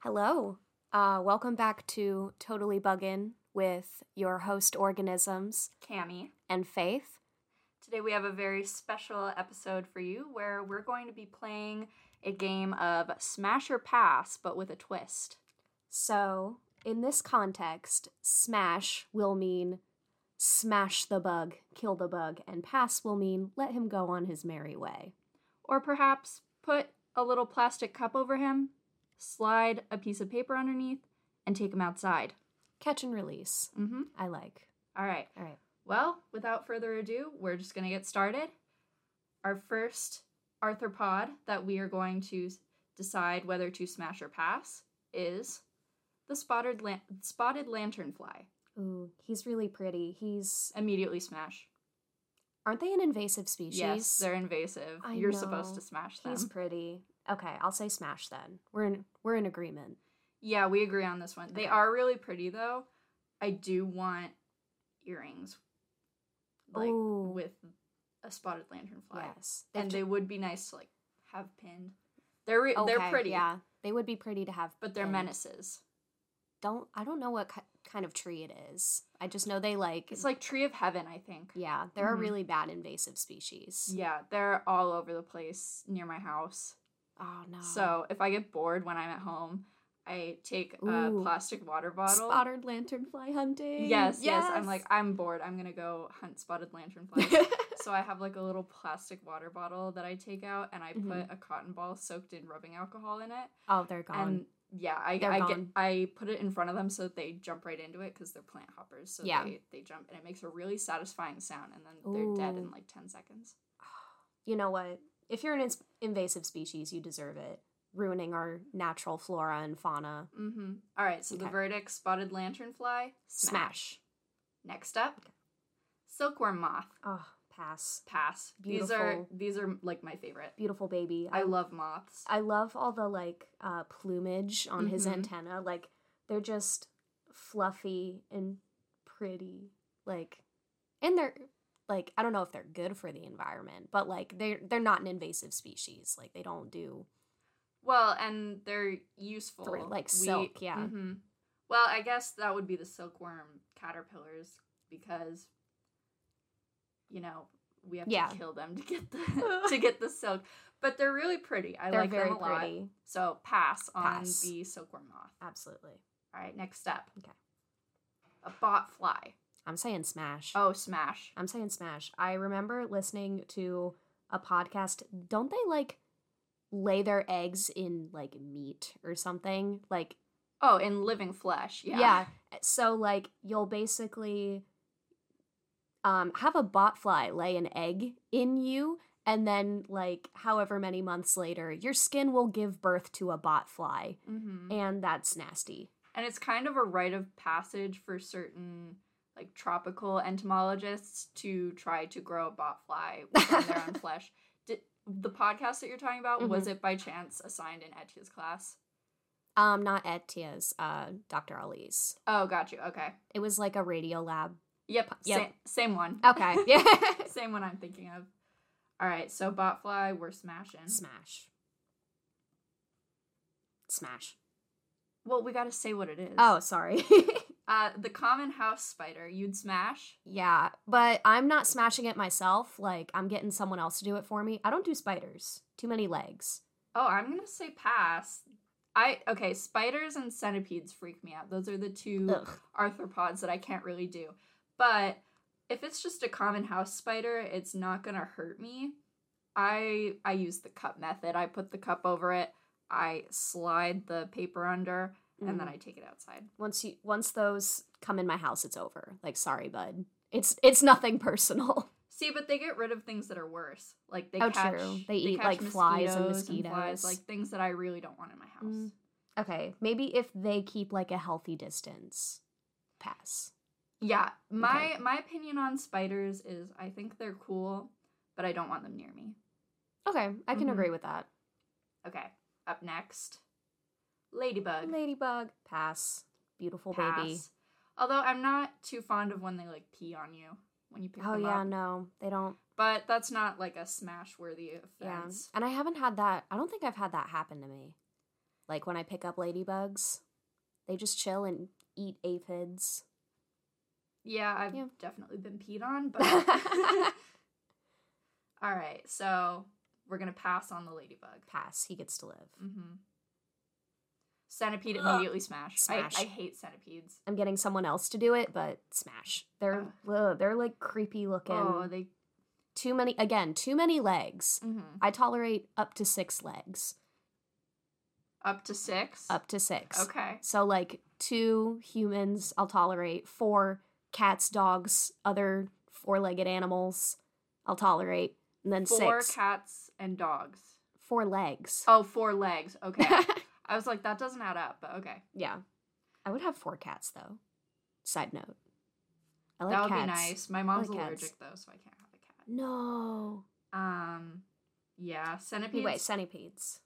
Hello. Uh, welcome back to Totally Buggin' with your host organisms Cami. and Faith. Today we have a very special episode for you where we're going to be playing a game of Smash or Pass, but with a twist. So, in this context, smash will mean smash the bug, kill the bug, and pass will mean let him go on his merry way. Or perhaps put a little plastic cup over him, slide a piece of paper underneath, and take him outside. Catch and release. Mm-hmm. I like. All right. All right. Well, without further ado, we're just going to get started. Our first arthropod that we are going to s- decide whether to smash or pass is the spotted, lan- spotted lanternfly. Ooh, he's really pretty. He's. Immediately smash. Aren't they an invasive species? Yes, they're invasive. I You're know. supposed to smash them. He's pretty. Okay, I'll say smash then. We're in, we're in agreement. yeah, we agree on this one. They Okay. are really pretty though. I do want earrings like Ooh. with a spotted lanternfly. Yes. They've And ju- they would be nice to like have pinned. They're re- Okay, they're pretty, Yeah, they would be pretty to have. but they're pinned. menaces. Don't I don't know what ki- kind of tree it is. I just know they like. It's like tree of heaven, I think. yeah, they're a Mhm. really bad invasive species. Yeah, they're all over the place near my house. Oh no. So if I get bored when I'm at home, I take a Ooh. plastic water bottle. spottered lanternfly hunting. Yes, yes, I'm like, I'm bored. I'm gonna go hunt spotted lanternflies. so I have like a little plastic water bottle that I take out and I Mhm. put a cotton ball soaked in rubbing alcohol in it. oh, they're gone. And yeah, I, They're I get gone. I put it in front of them so that they jump right into it because they're plant hoppers. So Yeah. they, they jump and it makes a really satisfying sound and then they're dead Ooh. in like ten seconds. you know what? If you're an ins- invasive species, you deserve it. Ruining our natural flora and fauna. Mm-hmm. All right, so the Okay. verdict: spotted lanternfly, smash. Smash. Next up, silkworm moth. Oh, pass. Pass. These are Beautiful. these are like my favorite. Beautiful baby. I love moths. I love all the like uh, plumage on his Mhm. antenna. Like they're just fluffy and pretty. Like, and they're like I don't know if they're good for the environment, but like they're they're not an invasive species. Like they don't do Well, and they're useful. For, like, silk, yeah. mhm. Well, I guess that would be the silkworm caterpillars because, you know, we have Yeah. to kill them to get the to get the silk. But they're really pretty. I they're like very them a lot. pretty. So pass on Pass. the silkworm moth. Absolutely. All right, next up. Okay. A bot fly. I'm saying smash. Oh, smash. I'm saying smash. I remember listening to a podcast. Don't they like lay their eggs in like meat or something? Like Oh, in living flesh. Yeah. Yeah. Eh, So like you'll basically um have a botfly lay an egg in you and then like however many months later your skin will give birth to a botfly hmm and that's nasty. and it's kind of a rite of passage for certain like tropical entomologists to try to grow a botfly from their own flesh. Did the podcast that you're talking about was Mm-hmm. it by chance assigned in Etia's class? Um not Etia's, uh Dr. Ali's. Oh, got you. Okay. It was like a radio lab. Yep. Yep. Same, same one. Okay. Yeah. same one I'm thinking of. All right. So botfly, we're smashing. Smash. Smash. well, we got to say what it is. Oh, sorry. Uh, the common house spider. You'd smash. Yeah, but I'm not smashing it myself. Like, I'm getting someone else to do it for me. I don't do spiders. Too many legs. Oh, I'm gonna say pass. I okay. Spiders and centipedes freak me out. Those are the two. Ugh. arthropods that I can't really do. But if it's just a common house spider, it's not gonna hurt me. I I use the cup method. I put the cup over it. I slide the paper under, and Mm. then I take it outside. Mm-hmm. once you once those come in my house, it's over. Like, sorry, bud. It's it's nothing personal. See, but they get rid of things that are worse. Like they Oh, catch, true. They eat, like, flies and mosquitoes. like things that I really don't want in my house. Mm. okay, maybe if they keep like a healthy distance, pass. Yeah, my my opinion on spiders is I think they're cool, but I don't want them near me. Okay, I can Mhm. agree with that. Okay, up next, ladybug. Ladybug, pass. Beautiful baby. Pass. Although I'm not too fond of when they like pee on you when you pick Oh them yeah, up. no, they don't. But that's not like a smash worthy offense. Yeah, and I haven't had that. I don't think I've had that happen to me. Like when I pick up ladybugs, they just chill and eat aphids. Yeah, I've Yeah. definitely been peed on, but all right. So we're gonna pass on the ladybug. Pass. He gets to live. Mm-hmm. Centipede Ugh. immediately smashed. Smash. I, I hate centipedes. I'm getting someone else to do it, but smash. They're ugh, they're like creepy looking. Oh, they. too many again, too many legs. mhm. I tolerate up to 6 legs. Up to six. Up to 6. Okay. So like two humans I'll tolerate, four cats, dogs, other four-legged animals I'll tolerate, and then Four six cats and dogs. four legs. Oh, four legs. Okay. I was like, that doesn't add up, but okay. yeah. I would have four cats though. Side note. I like that would cats. be nice. My mom's like allergic cats. though, so I can't have a cat. No. Um, yeah, centipedes Anyway, centipedes.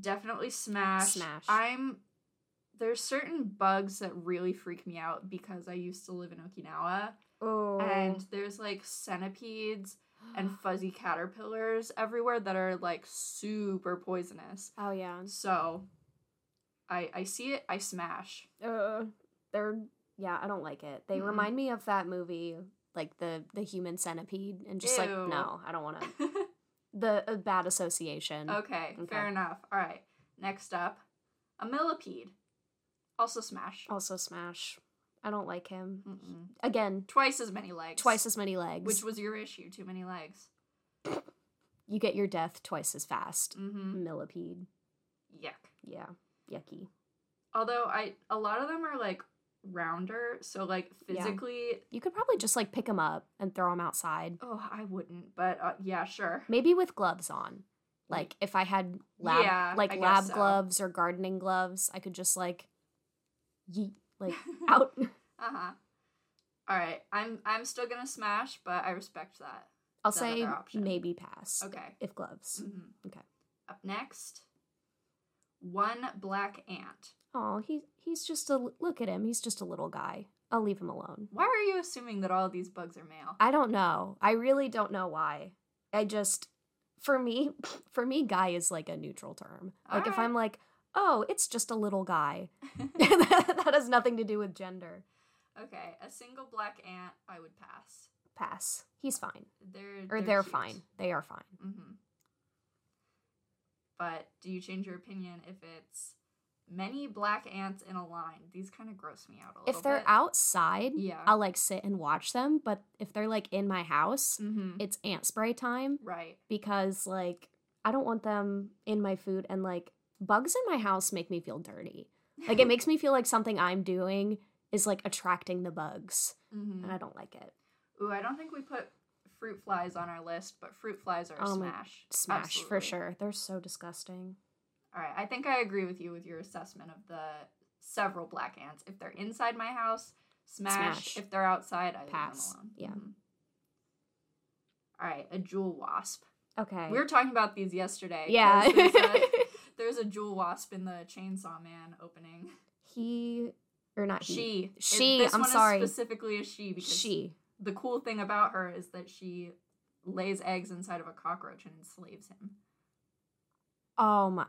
definitely smash. Smash. I'm there's certain bugs that really freak me out because I used to live in Okinawa, Oh. and there's like centipedes and fuzzy caterpillars everywhere that are like super poisonous. oh yeah. So, I I see it, I smash. Uh, they're yeah, I don't like it. They Mm-mm. remind me of that movie, like the the human centipede, and just like Ew. no, I don't want to. The a bad association. Okay, fair Mm. Okay. enough. All right. Next up, a millipede. Also smash. Also, Smash. I don't like him. Mm-mm. Again, Twice as many legs. twice as many legs. Which was your issue, too many legs. you get your death twice as fast. Mm-hmm. Millipede. Yuck. Yeah. Yucky. Although I a lot of them are like rounder, so like Yeah. physically You could probably just like pick him up and throw him outside. oh, I wouldn't, but uh, yeah, sure. Maybe with gloves on. Like if I had lab Yeah, like I guess lab so. gloves or gardening gloves, I could just like yeet like out. uh-huh. All right. I'm I'm still going to smash, but I respect that. I'll Is that say another option? maybe pass. Okay. If gloves. Mhm. Okay. Up next, one black ant. Oh, he he's just a look at him. He's just a little guy. I'll leave him alone. Why are you assuming that all of these bugs are male? I don't know. I really don't know why. I just for me for me guy is like a neutral term. Like if Alright. I'm like, "Oh, it's just a little guy." that has nothing to do with gender. Okay, a single black ant, I would pass. Pass. He's fine. They're Or they're, fine. They are fine. hmm But do you change your opinion if it's many black ants in a line? These kind of gross me out a little. If they're bit. outside, yeah, I'll like sit and watch them, but if they're like in my house, mm-hmm. it's ant spray time. right. because like I don't want them in my food and like bugs in my house make me feel dirty. Like it makes me feel like something I'm doing is like attracting the bugs hmm and I don't like it. Ooh, I don't think we put fruit flies on our list, but fruit flies are a Oh my- smash. Smash for Absolutely. sure. They're so disgusting. All right, I think I agree with you with your assessment of the several black ants. If they're inside my house, smash. Smash. If they're outside, I leave Pass. them alone. Yeah. Mhm. All right, a jewel wasp. Okay. We were talking about these yesterday. 'cause yeah. There's a, there's a jewel wasp in the Chainsaw Man opening. he or not he. She. It- She, this I'm one sorry. Is specifically a she because She. the cool thing about her is that she lays eggs inside of a cockroach and enslaves him. Oh my.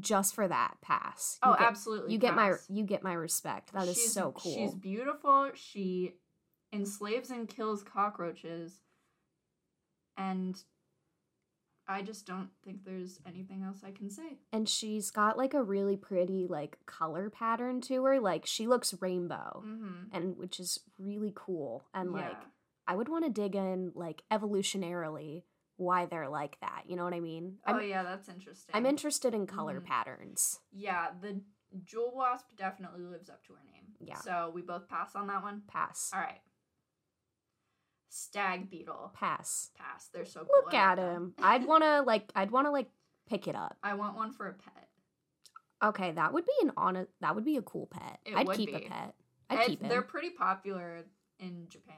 Just for that pass. You Oh, get, absolutely. You get my pass. you get my respect. That is She's- so cool. She's beautiful. She enslaves and kills cockroaches. And I just don't think there's anything else I can say. and she's got like a really pretty like color pattern to her like she looks rainbow Mm-hmm. and which is really cool and Oh. like i would want to dig in like evolutionarily why they're like that you know what i mean i'm, oh yeah, that's interesting. I'm interested in color Mhm. patterns Yeah, the jewel wasp definitely lives up to her name. Yeah. So we both pass on that one. pass All right. Stag beetle. pass Pass. They're so cool. I look love at them. him i'd want to like i'd want to like pick it up I want one for a pet. okay that would be an honest that would be a cool pet It i'd would keep a be. pet i'd And keep it They're pretty popular in Japan.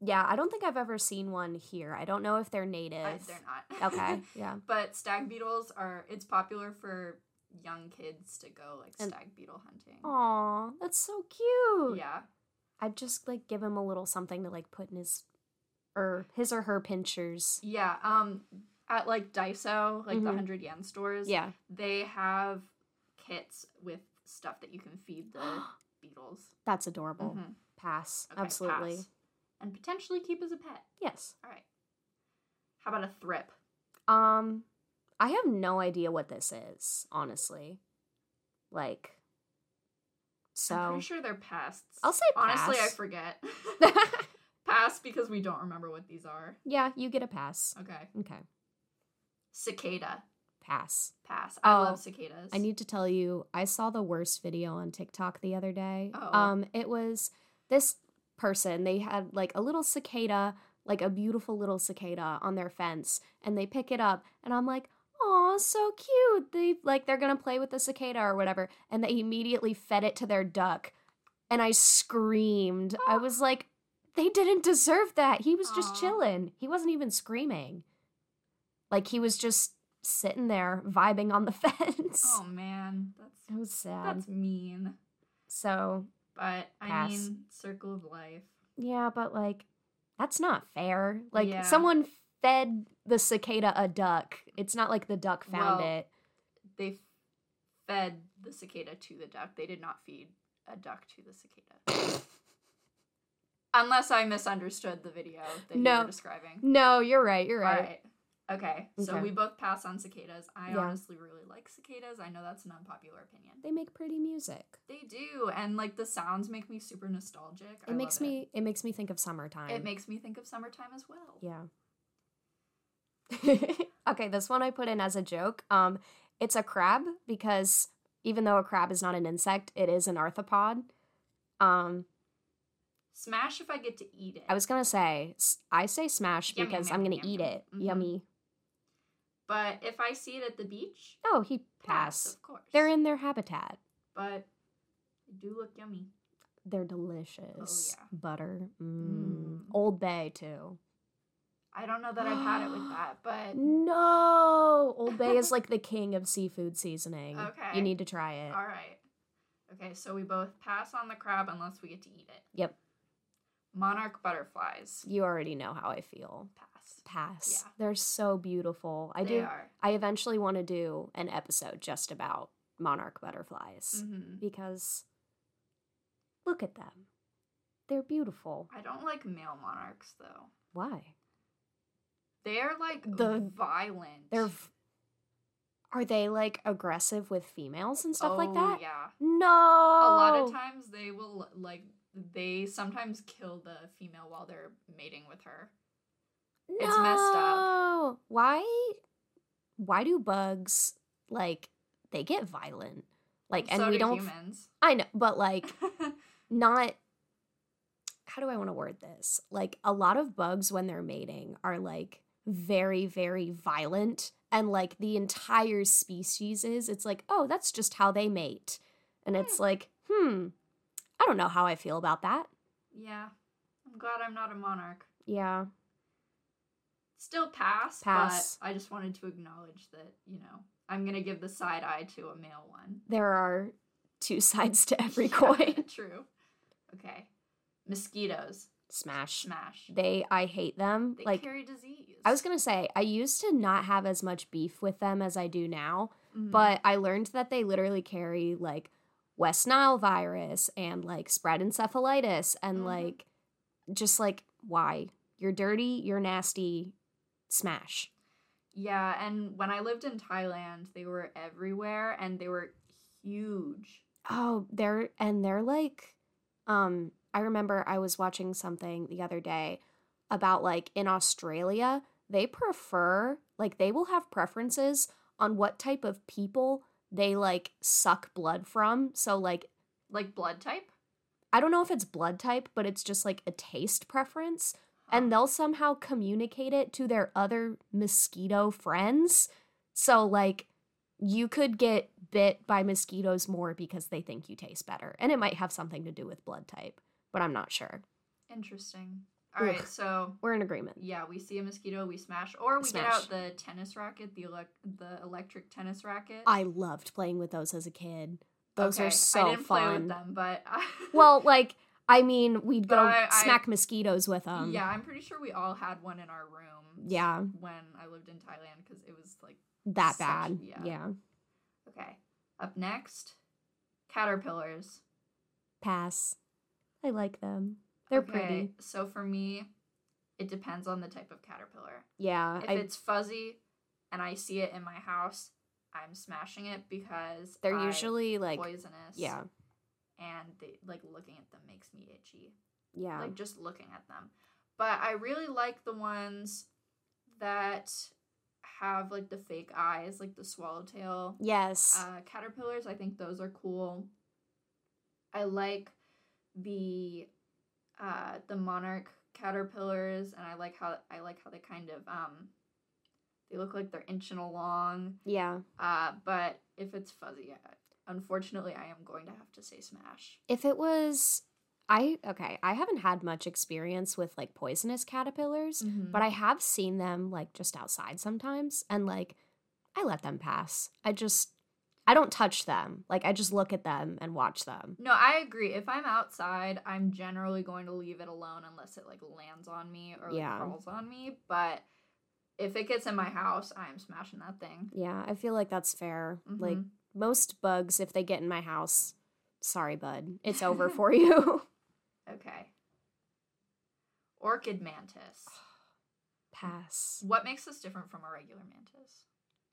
yeah i don't think i've ever seen one here i don't know if they're native I, they're not. okay yeah but stag beetles are it's popular for young kids to go like And- stag beetle hunting. Aw, that's so cute. Yeah. I'd just like give er, him a little something to like put in his or his or her pinchers. Yeah. Um at like Daiso, like the Mhm. 100 yen stores, Yeah. they have kits with stuff that you can feed the beetles. That's adorable. Mhm. Pass. Okay, Oh, Absolutely. pass. And potentially keep as a pet. Yes. All right. How about a thrip? Um I have no idea what this is, honestly. Like so I'm pretty sure they're pests. I'll say Honestly, I pass. forget. pass because we don't remember what these are. Yeah, you get a pass. Okay. Okay. Cicada. Pass. Pass. I Oh, love cicadas. I need to tell you, I saw the worst video on TikTok the other day. Oh. Um, it was this person. They had like a little cicada, like a beautiful little cicada on their fence, and they pick it up, and I'm like, "Oh, so cute!" They like they're gonna play with the cicada or whatever, and they immediately fed it to their duck, and I screamed. I Oh. was like, "They didn't deserve that." He was Aw. just chilling. He wasn't even screaming. Like he was just sitting there vibing on the fence. Oh man, that's It was sad. that's mean. so But I Pass. mean, circle of life. yeah, but like that's not fair. Like Yeah. someone fed the cicada a duck. It's not like the duck found Well, it. They fed the cicada to the duck. They did not feed a duck to the cicada. Unless I misunderstood the video that you No. were describing. No, you're right. You're right. All right. Okay. So Okay. we both pass on cicadas. I Yeah. honestly really like cicadas. I know that's an unpopular opinion. They make pretty music. They do, and like the sounds make me super nostalgic. I It love makes me it makes me think of summertime. It makes me think of summertime as well. Yeah. okay, this one I put in as a joke. Um, it's a crab because even though a crab is not an insect, it is an arthropod. Um, Smash if I get to eat it. I was gonna say s- I say smash Yum, yum, because yum, I'm yum, gonna yum, eat yum. it. Mhm. Yummy. but if I see it at the beach, Oh, he pass, pass. of course. They're in their habitat. but they do look yummy. They're delicious. Oh, yeah. Butter. Mm. Mm. Old Bay too. I don't know that I've had it with that, but No, Old Bay is like the king of seafood seasoning. Okay. you need to try it. all right. Okay, so we both pass on the crab unless we get to eat it. Yep, Monarch butterflies, you already know how I feel. pass. Pass. Yeah. They're so beautiful. I they do. are. I eventually want to do an episode just about monarch butterflies hmm because look at them. They're beautiful. I don't like male monarchs though. Why? They're like The- violent. They're v- Are they like aggressive with females and stuff like Oh, that? Oh. Yeah. No. a A lot of times they will like they sometimes kill the female while they're mating with her it's messed up. No. Why why do bugs like they get violent? Like and so we do don't humans I know, but like not how do I want to word this? Like a lot of bugs when they're mating are like very very violent and like the entire species is it's like, "Oh, that's just how they mate." And it's like, "Hmm. I don't know how I feel about that." yeah i'm glad i'm not a monarch Yeah. still pass, Pass. but i just wanted to acknowledge that you know i'm gonna give the side eye to a male one There are two sides to every Yeah, coin. true okay mosquitoes Smash. smash They I hate them. they like carry disease I was going to say I used to not have as much beef with them as I do now, Mhm. but I learned that they literally carry like West Nile virus and like spread encephalitis and Mhm. like just like why? You're dirty, you're nasty. Smash. yeah and when i lived in thailand they were everywhere and they were huge Oh, they're and they're like um I remember I was watching something the other day about like in Australia, they prefer like they will have preferences on what type of people they like suck blood from. So like like blood type I don't know if it's blood type, but it's just like a taste preference and Huh. they'll somehow communicate it to their other mosquito friends. So like you could get bit by mosquitoes more because they think you taste better. And it might have something to do with blood type, but I'm not sure. Interesting. All right, Ugh. so We're in agreement. yeah, we see a mosquito, we smash, or we get Smash. out the tennis racket, the elec the electric tennis racket. I loved playing with those as a kid. Those Okay, are so I didn't fun. play with them, but I, Well, like I mean, we'd But go I- I- smack mosquitoes with them. yeah, I'm pretty sure we all had one in our room. um, Yeah. When I lived in Thailand because it was like That Such- bad. yeah. yeah. okay. Up next, caterpillars. Pass. I like them. They're pretty. So for me, it depends on the type of caterpillar. Yeah. If Uh, I, it's fuzzy and I see it in my house, I'm smashing it because they're I- usually like poisonous. yeah. And they, like looking at them makes me itchy. Yeah. Like just looking at them. But I really like the ones that have like the fake eyes, like the swallowtail yes. uh, caterpillars. I think those are cool. I like the uh, the monarch caterpillars, and I like how I like how they kind of um, they look like they're inching along. yeah. Uh, but if it's fuzzy, uh, unfortunately, I am going to have to say smash. If it was I okay, I haven't had much experience with like poisonous caterpillars, Mm-hmm. but I have seen them like just outside sometimes and like I let them pass. I just I don't touch them. Like I just look at them and watch them. no, I agree. If I'm outside, I'm generally going to leave it alone unless it like lands on me or like, Yeah. crawls on me. But if it gets in my house, I'm smashing that thing. Yeah, I feel like that's fair. Like Mhm. most bugs if they get in my house, sorry bud, it's over for you. Mm-hmm. Okay. Orchid mantis. pass. What makes this different from a regular mantis?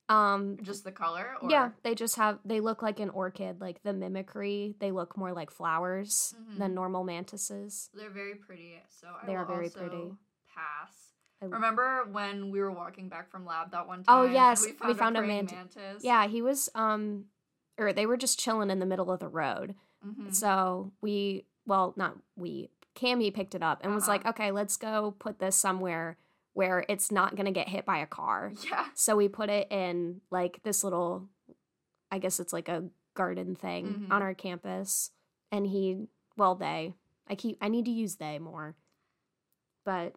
Um Just the color? Or... Yeah, they just have they look like an orchid, like the mimicry. They look more like flowers than Mhm. normal mantises. They're very pretty. So I They will are very also pretty. pass. I- Remember when we were walking back from lab that one time? Oh, and yes, we we found found, a a, praying manti- mantis. Yeah, he was um or they were just chilling in the middle of the road. Mhm. So we well, not we. Cammy picked it up and was Uh-huh. like, "Okay, let's go put this somewhere where it's not going to get hit by a car." Yeah. So we put it in like this little I guess it's like a garden thing Mhm. on our campus and he well they I keep I need to use they more. But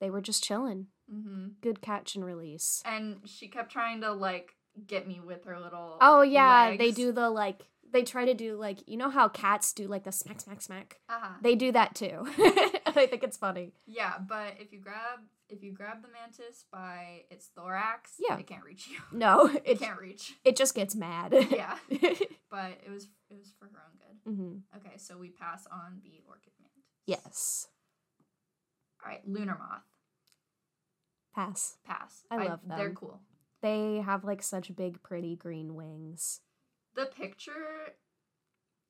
they were just chilling. hmm Good catch and release. And she kept trying to like get me with her little. Oh yeah, they legs. do the like they try to do like you know how cats do like the smack smack smack. Uh-huh. They do that too. I think it's funny. Yeah, but if you grab if you grab the mantis by its thorax, Yeah. Mm, it can't reach you. No, It it can't reach. it just gets mad. Yeah. but it was it was for her own good. Mhm. Okay, so we pass on the orchid mantis. Yes. All right, lunar moth. Pass. Pass. I love They're them. cool. They have like such big pretty green wings. The picture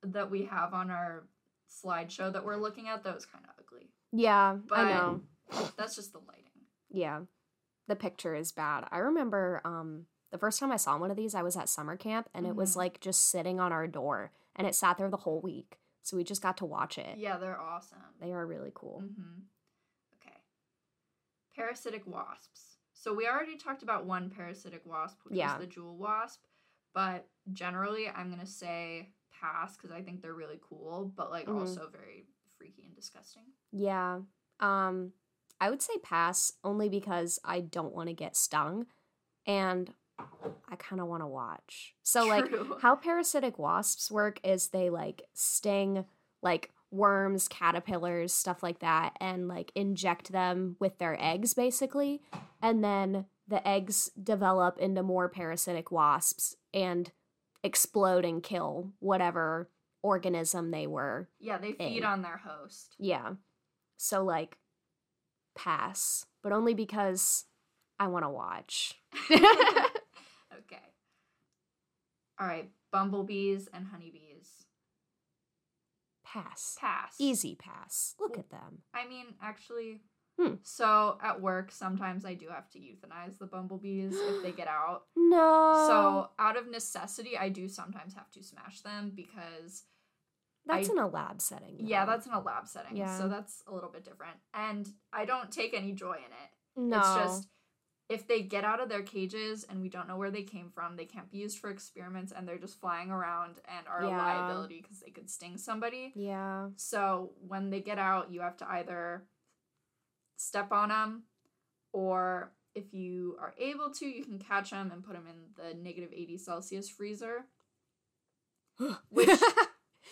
that we have on our slideshow that we're looking at, that was kind of ugly. Yeah, I But- know. That's just the lighting. Yeah. The picture is bad. I remember um the first time I saw one of these, I was at summer camp and it was Mhm. like just sitting on our door and it sat there the whole week. So we just got to watch it. Yeah, they're awesome. Eh. They are really cool. Mm-hmm. Okay. Parasitic wasps. So we already talked about one parasitic wasp, which Yeah. was the jewel wasp, but generally I'm gonna say pass because I think they're really cool, but like Mhm. also very freaky and disgusting. Yeah. Um I would say pass only because I don't want to get stung and I kind of want to watch. So True. like how parasitic wasps work is they like sting like worms, caterpillars, stuff like that and like inject them with their eggs basically and then the eggs develop into more parasitic wasps and explode and kill whatever organism they were Yeah, they feed Thing. on their host. yeah. So like pass, but only because I want to watch. okay. All right, bumblebees and honeybees. Pass. Pass. Easy pass. Look at them. I mean, actually. Hmm. So at work, sometimes I do have to euthanize the bumblebees if they get out. No. So out of necessity, I do sometimes have to smash them because that's I- in a lab setting. yeah, though. that's in a lab setting, Yeah. so that's a little bit different. And I don't take any joy in it. no. It's just if they get out of their cages and we don't know where they came from, they can't be used for experiments, and they're just flying around and are Yeah. a liability because they could sting somebody. yeah. So when they get out, you have to either step on them or if you are able to, you can catch them and put them in the negative 80 Celsius freezer. Which-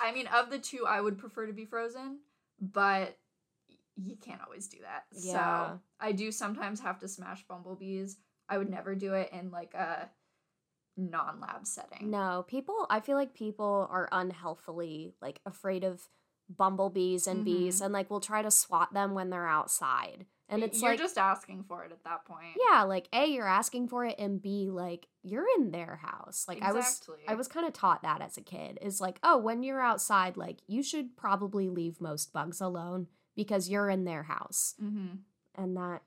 I mean, of the two, I would prefer to be frozen, but you can't always do that. Yeah. So I do sometimes have to smash bumblebees. I would never do it in like a non lab setting. No, people, I feel like people are unhealthily like afraid of bumblebees and bees Mm-hmm. and like will try to swat them when they're outside. And Y- it's you're like just asking for it at that point. yeah, like A you're asking for it and B like you're in their house. Like I was exactly. I was kind of taught that as a kid. Is like, oh, when you're outside, like you should probably leave most bugs alone because you're in their house. Mm-hmm. And that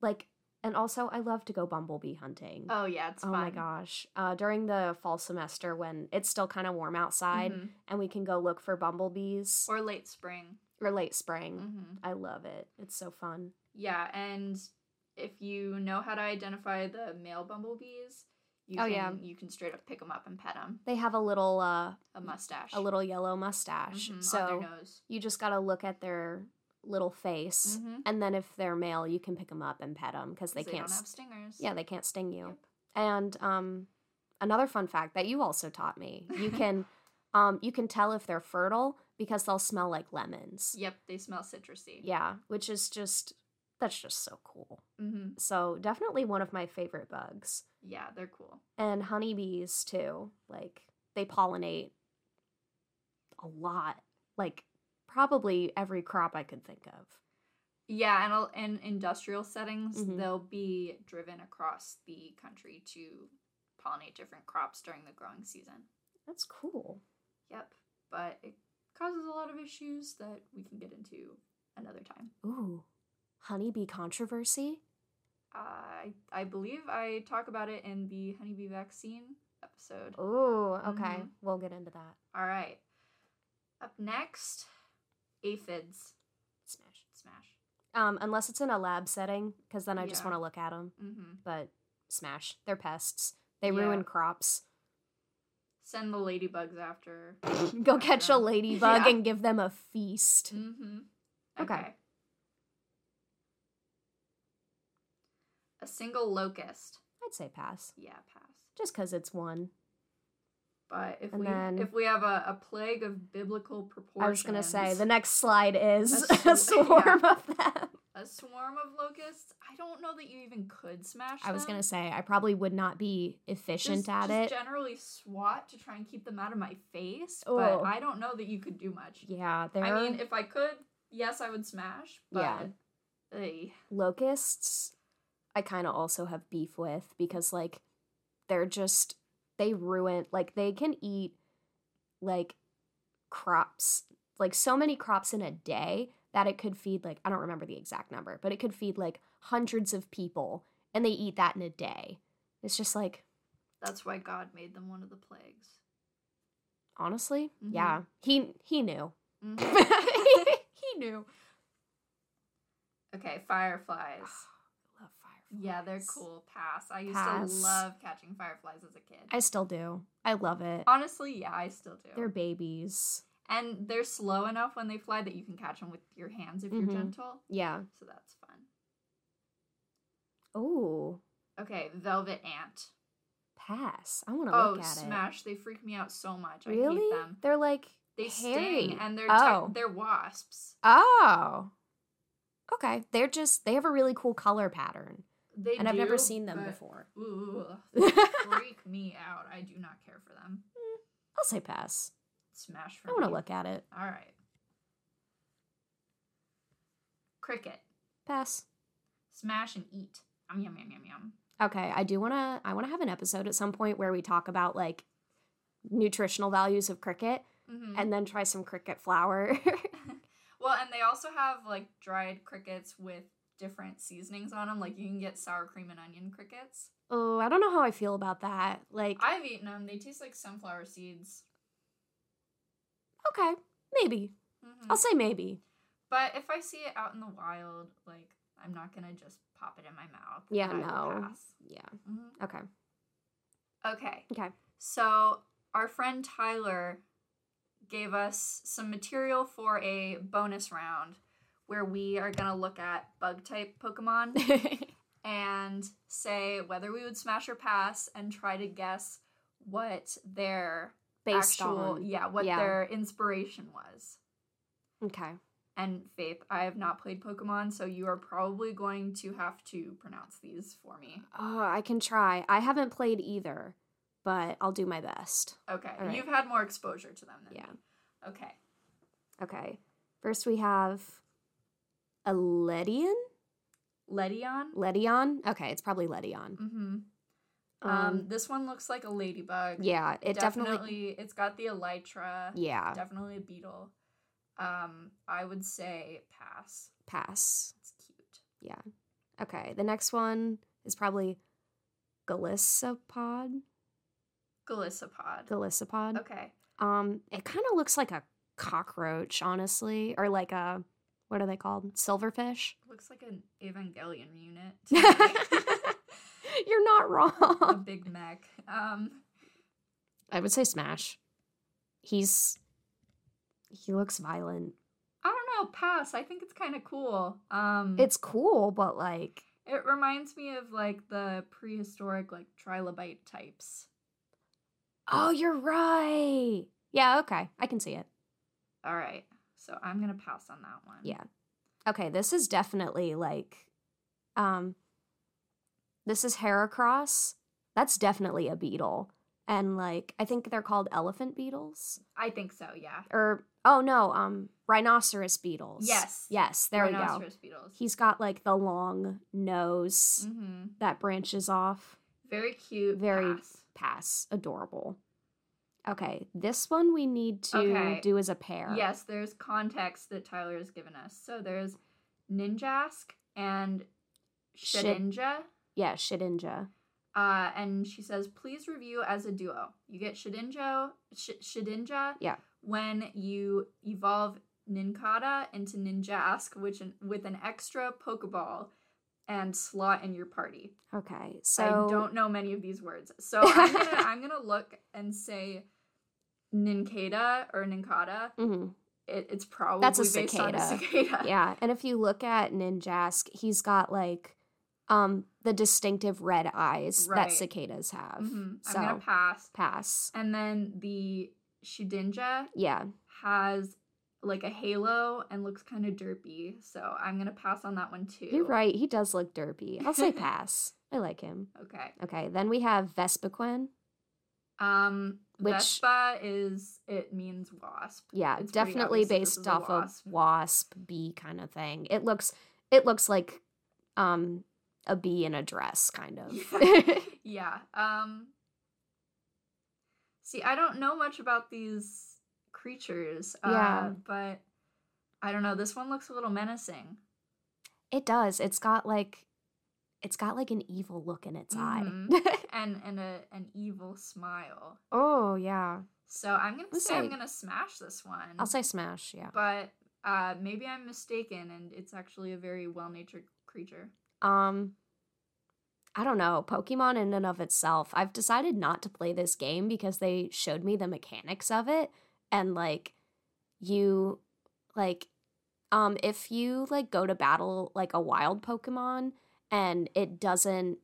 like and also I love to go bumblebee hunting. Oh yeah, it's oh fun. my gosh. Uh during the fall semester when it's still kind of warm outside Mhm. and we can go look for bumblebees Or late spring. or, late spring. hmm I love it. It's so fun. Yeah, and if you know how to identify the male bumblebees, you Oh, can yeah. you can straight up pick them up and pet them. They have a little uh A mustache, a little yellow mustache. Mhm, on so their nose. you just got to look at their little face. Mhm. And then if they're male, you can pick them up and pet them because 'Cause they, can't. don't have s stingers. yeah, they can't sting you. Yep. And um, another fun fact that you also taught me: you can, um, you can tell if they're fertile because they'll smell like lemons. Yep, they smell citrusy. Yeah, which is just that's just so cool. hmm So definitely one of my favorite bugs, Yeah, they're cool. and honeybees too. Like they pollinate a lot, like probably every crop I could think of. Yeah, and al- in industrial settings, Mhm. they'll be driven across the country to pollinate different crops during the growing season. That's cool. Yep, but it causes a lot of issues that we can get into another time. Ooh, honeybee controversy. I I believe I talk about it in the honeybee vaccine episode. Ooh, okay. Mhm. We'll get into that. All right. Up next, aphids. Smash. Smash. Um, unless it's in a lab setting, because then I just Yeah. want to look at them. Mm-hmm. But smash. They're pests. They Yeah. ruin crops. Send the ladybugs after. Go catch a them. ladybug Yeah. and give them a feast. Mm-hmm. Okay. A single locust. I'd say pass, Yeah, pass. just because it's one. But if And we then- if we have a, a plague of biblical proportions, I was gonna say the next slide is A a, sw- swarm of them. a swarm of locusts. I don't know that you even could smash. I was them. gonna say I probably would not be efficient just, at just it. generally swat to try and keep them out of my face, Oh. but I don't know that you could do much. yeah, there I are mean, if I could, yes, I would smash, but Yeah. ey, locusts. I kind of also have beef with because like they're just they ruin like they can eat like crops like so many crops in a day that it could feed like I don't remember the exact number but it could feed like hundreds of people and they eat that in a day. It's just like that's why God made them one of the plagues. honestly, Mhm. yeah. He he knew. Mhm. he knew. okay, fireflies. Love fireflies. Yeah, they're cool. Pass. I used Pass. to love catching fireflies as a kid. I still do. I love it. Honestly, yeah, I still do. They're babies. and they're slow enough when they fly that you can catch them with your hands if Mhm. you're gentle. Yeah. So that's fun. Oh, Okay, velvet ant. pass. I want to Oh, look at smash! They freak me out so much. it. I hate Really? them. They're like They hairy. sting and they're oh tech- they're wasps. oh. Okay, they're just they have a really cool color pattern, They and I've never do, seen them but- before. Ooh, I'll freak me out. I do not care for them. say pass. Smash for I want to me. look at it. All right. Cricket. Pass. Smash and eat. Um, yum yum yum yum. Okay, I do want to I want to have an episode at some point where we talk about like nutritional values of cricket Mm-hmm. and then try some cricket flour. well, and they also have like dried crickets with different seasonings on them. Like you can get sour cream and onion crickets. oh, I don't know how I feel about that. Like I've eaten them. They taste like sunflower seeds. okay, maybe. Mhm. I'll say maybe. But if I see it out in the wild, like I'm not gonna just pop it in my mouth. Yeah, I will no. pass. Yeah. Mhm. Okay. Okay. Okay. So our friend Tyler gave us some material for a bonus round where we are gonna look at bug type Pokemon and say whether we would smash or pass and try to guess what their Based actual on yeah what yeah. their inspiration was. Okay. And Faith, I have not played Pokemon, so you are probably going to have to pronounce these for me. Oh, I can try. I haven't played either, but I'll do my best. Okay, All right. you've had more exposure to them than Yeah. me. Okay, Okay. First we have Eledian? Ledion. Ledion? Okay, it's probably Ledion. Mm-hmm. Um, Um, this one looks like a ladybug. yeah, it definitely, It's got the elytra. yeah, Definitely a beetle. Um, I would say pass. pass. It's cute. Okay, the next one is probably Galissapod. Galissapod. Galissapod. okay. Um, it kind of looks like a cockroach, honestly, or like a what are they called? Silverfish. Looks like an Evangelion unit. to me. You're not a wrong. big mech. Um, I would say Smash. He's he looks violent. I don't know. Pass. I think it's kind of cool. Um, It's cool, but like it reminds me of like the prehistoric like trilobite types. oh, you're right. Yeah, okay. I can see it. All right. So I'm gonna pass on that one. Yeah. Okay, this is definitely like um this is Heracross. That's definitely a beetle. And like I think they're called elephant beetles I think so. Yeah. or oh no, um rhinoceros beetles. Yes. Yes, there we go. Rhinoceros beetles. He's got like the long nose hmm that branches off. Very cute. Very- pass. Pass, adorable. Okay, this one we need to Okay. do as a pair. Yes, there's context that Tyler has given us. So there's Ninjask and Shit- Shedinja. Yeah, Shedinja. Uh, and she says, please review as a duo. You get Shedinja, Sh- Shedinja Yeah. when you evolve Ninkata into Ninjask, which an- with an extra Pokeball and slot in your party. Okay. So I don't know many of these words, so I'm gonna I'm gonna look and say Ninkata or Ninkata. Mhm. It, it's probably That's a based on a cicada. cicada. yeah and if you look at ninjask he's got like um the distinctive red eyes Right. that cicadas have Mhm. so I'm gonna pass. pass And then the Shedinja yeah has like a halo and looks kind of derpy, so I'm gonna pass on that one too. you're right he does look derpy i'll say pass i like him Okay. okay then we have vespiquen Um, Which- Vespa is it means wasp. yeah It's pretty definitely obvious that this is based a off wasp. of wasp bee kind of thing it looks it looks like um a bee in a dress kind of Yeah. yeah. Um. See, I don't know much about these creatures. Uh, Yeah. But I don't know. This one looks a little menacing. it does it's got like it's got like an evil look in its eye Mhm. and and a an evil smile. oh yeah So I'm gonna Let's say I'm say- gonna smash this one. I'll say smash, yeah. but uh, maybe I'm mistaken, and it's actually a very well-natured creature. Um I don't know, Pokemon in and of itself. I've decided not to play this game because they showed me the mechanics of it and like you like um if you like go to battle like a wild Pokemon and it doesn't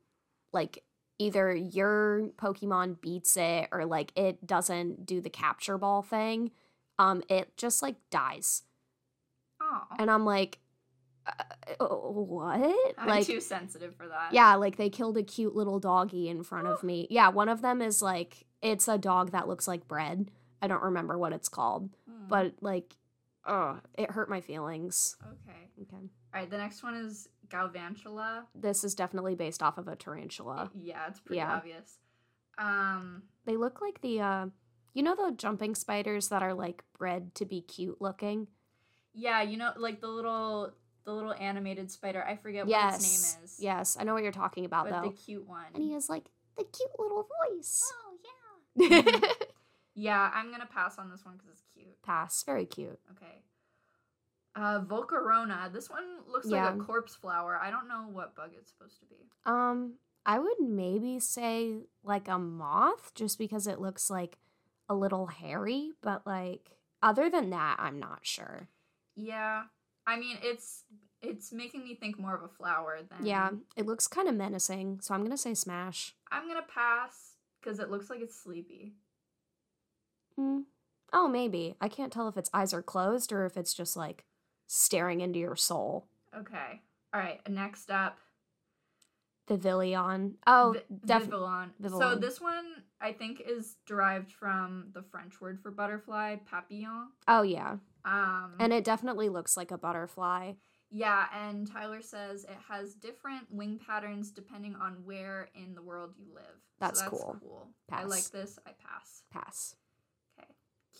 like either your Pokemon beats it or like it doesn't do the capture ball thing, um it just like dies. Oh, and I'm like, uh, what? I'm like, too sensitive for that. yeah, like they killed a cute little doggy in front of me. Yeah, one of them is like, it's a dog that looks like bread. I don't remember what it's called, Hmm. but like, oh, it hurt my feelings. okay. Okay, All right. The next one is Galvantula. this is definitely based off of a tarantula. Yeah, it's pretty Uh, Yeah. obvious. Um, They look like the, uh, you know, the jumping spiders that are like bred to be cute looking. yeah, you know, like the little the little animated spider. I forget what its yes, name is. yes, I know what you're talking about but though. the cute one. and he has like the cute little voice. oh yeah. Oh. Yeah, I'm gonna pass on this one because it's cute. Pass, very cute. Okay. Uh, Volcarona. This one looks like a Yeah. corpse flower. I don't know what bug it's supposed to be. Um, I would maybe say like a moth just because it looks like a little hairy, but like other than that, I'm not sure. Yeah, I mean it's it's making me think more of a flower than Yeah, it looks kind of menacing, so I'm gonna say smash. I'm gonna pass because it looks like it's sleepy. Mm, Oh, maybe. I can't tell if its eyes are closed or if it's just like staring into your soul. Okay. All right. Next up, Vivillion. Oh, Vi- definitely. Vivillon. So Vivillon. this one I think is derived from the French word for butterfly, papillon. Oh, yeah. Um, And it definitely looks like a butterfly. yeah, and Tyler says it has different wing patterns depending on where in the world you live. That's so that's cool. I Pass. like this. I pass. Pass. Okay.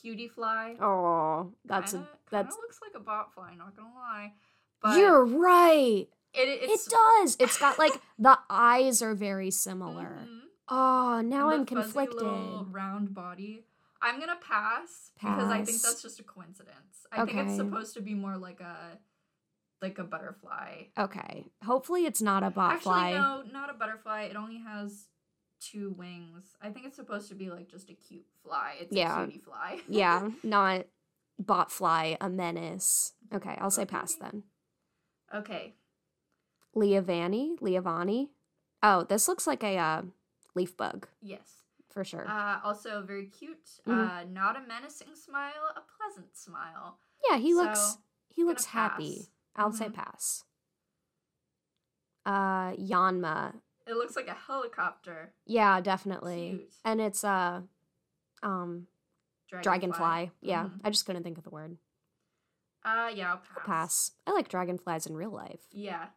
Cutie fly. Oh, that's kinda, a that's. Kinda looks like a bot fly. Not gonna lie, but You're right. it, it's it does. It's got like the eyes are very similar. Mhm. Oh, now The I'm fuzzy conflicted. Little round body. I'm gonna pass, because I think Pass. that's just a coincidence. I think it's Okay. supposed to be more like a like a butterfly. Okay. Hopefully it's not a botfly. Actually, no, not a butterfly. It only has two wings. I think it's supposed to be like just a cute fly. It's Yeah. a cutie fly. yeah, not botfly, a menace. Okay, I'll say Okay. pass then. okay. Leovani, Leovani. Oh, this looks like a uh, leaf bug Yes. for sure. Mm-hmm. Uh, also very cute. Uh, not a menacing smile, a pleasant smile. yeah, he looks so, he gonna looks happy. pass. I'll say Mhm. pass. Uh, Yanma. It looks like a helicopter. Yeah, definitely. Cute. And it's uh, um, dragonfly. Yeah, Mhm. I just couldn't think of the word. Uh, yeah. I'll I'll pass. I like dragonflies in real life. Yeah.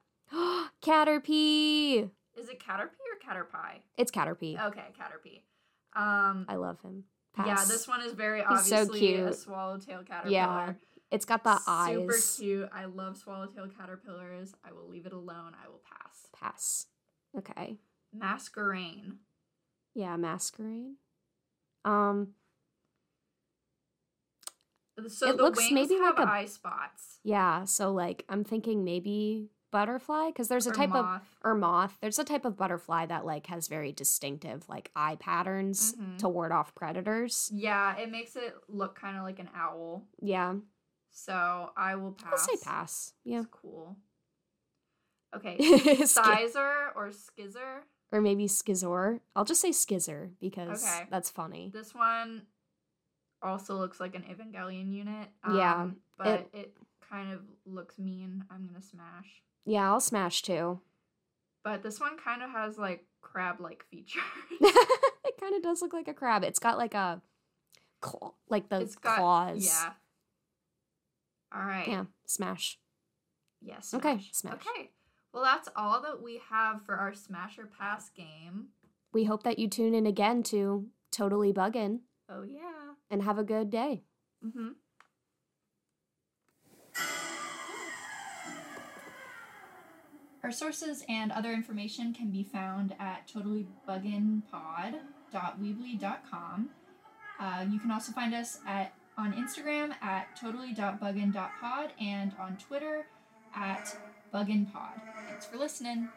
Caterpie. Is it Caterpie or Caterpie? It's Caterpie. Okay, Caterpie. Um, I love him. Pass. Oh. yeah, this one is very He's so obviously a cute. swallowtail caterpillar. Yeah, It's got the eyes. Super cute. I love swallowtail caterpillars. I will leave it alone. I will pass. Pass. Okay. Masquerain. Yeah, masquerade. Um. So It the looks wings maybe have like a- eye spots. Yeah. So like, I'm thinking maybe butterfly because there's a or type of moth. or moth. There's a type of butterfly that like has very distinctive like eye patterns Mhm. to ward off predators. Yeah, it makes it look kind of like an owl. Yeah. So I will pass. I'll say pass. Yeah. It's cool. Okay. Schi- Sizer or Skizzer. or maybe schizor. I'll just say skizzer because Okay. that's funny. This one also looks like an Evangelion unit. Yeah, um, But it, kind of looks mean. I'm going to smash. Yeah, I'll smash too. But this one kind of has like crab like features. it kind of does look like a crab. It's got like a claw, like those it's got. claws. Yeah. All right. Yeah, smash. Yes. Okay, smash. Okay. Well, that's all that we have for our Smash or Pass game. We hope that you tune in again to Totally Buggin' Oh, yeah. and have a good day. Mm-hmm. Our sources and other information can be found at totallybugginpod.weebly.com. Uh, you can also find us at on Instagram at totally.buggin.pod and on Twitter at bugginpod. Thanks for listening.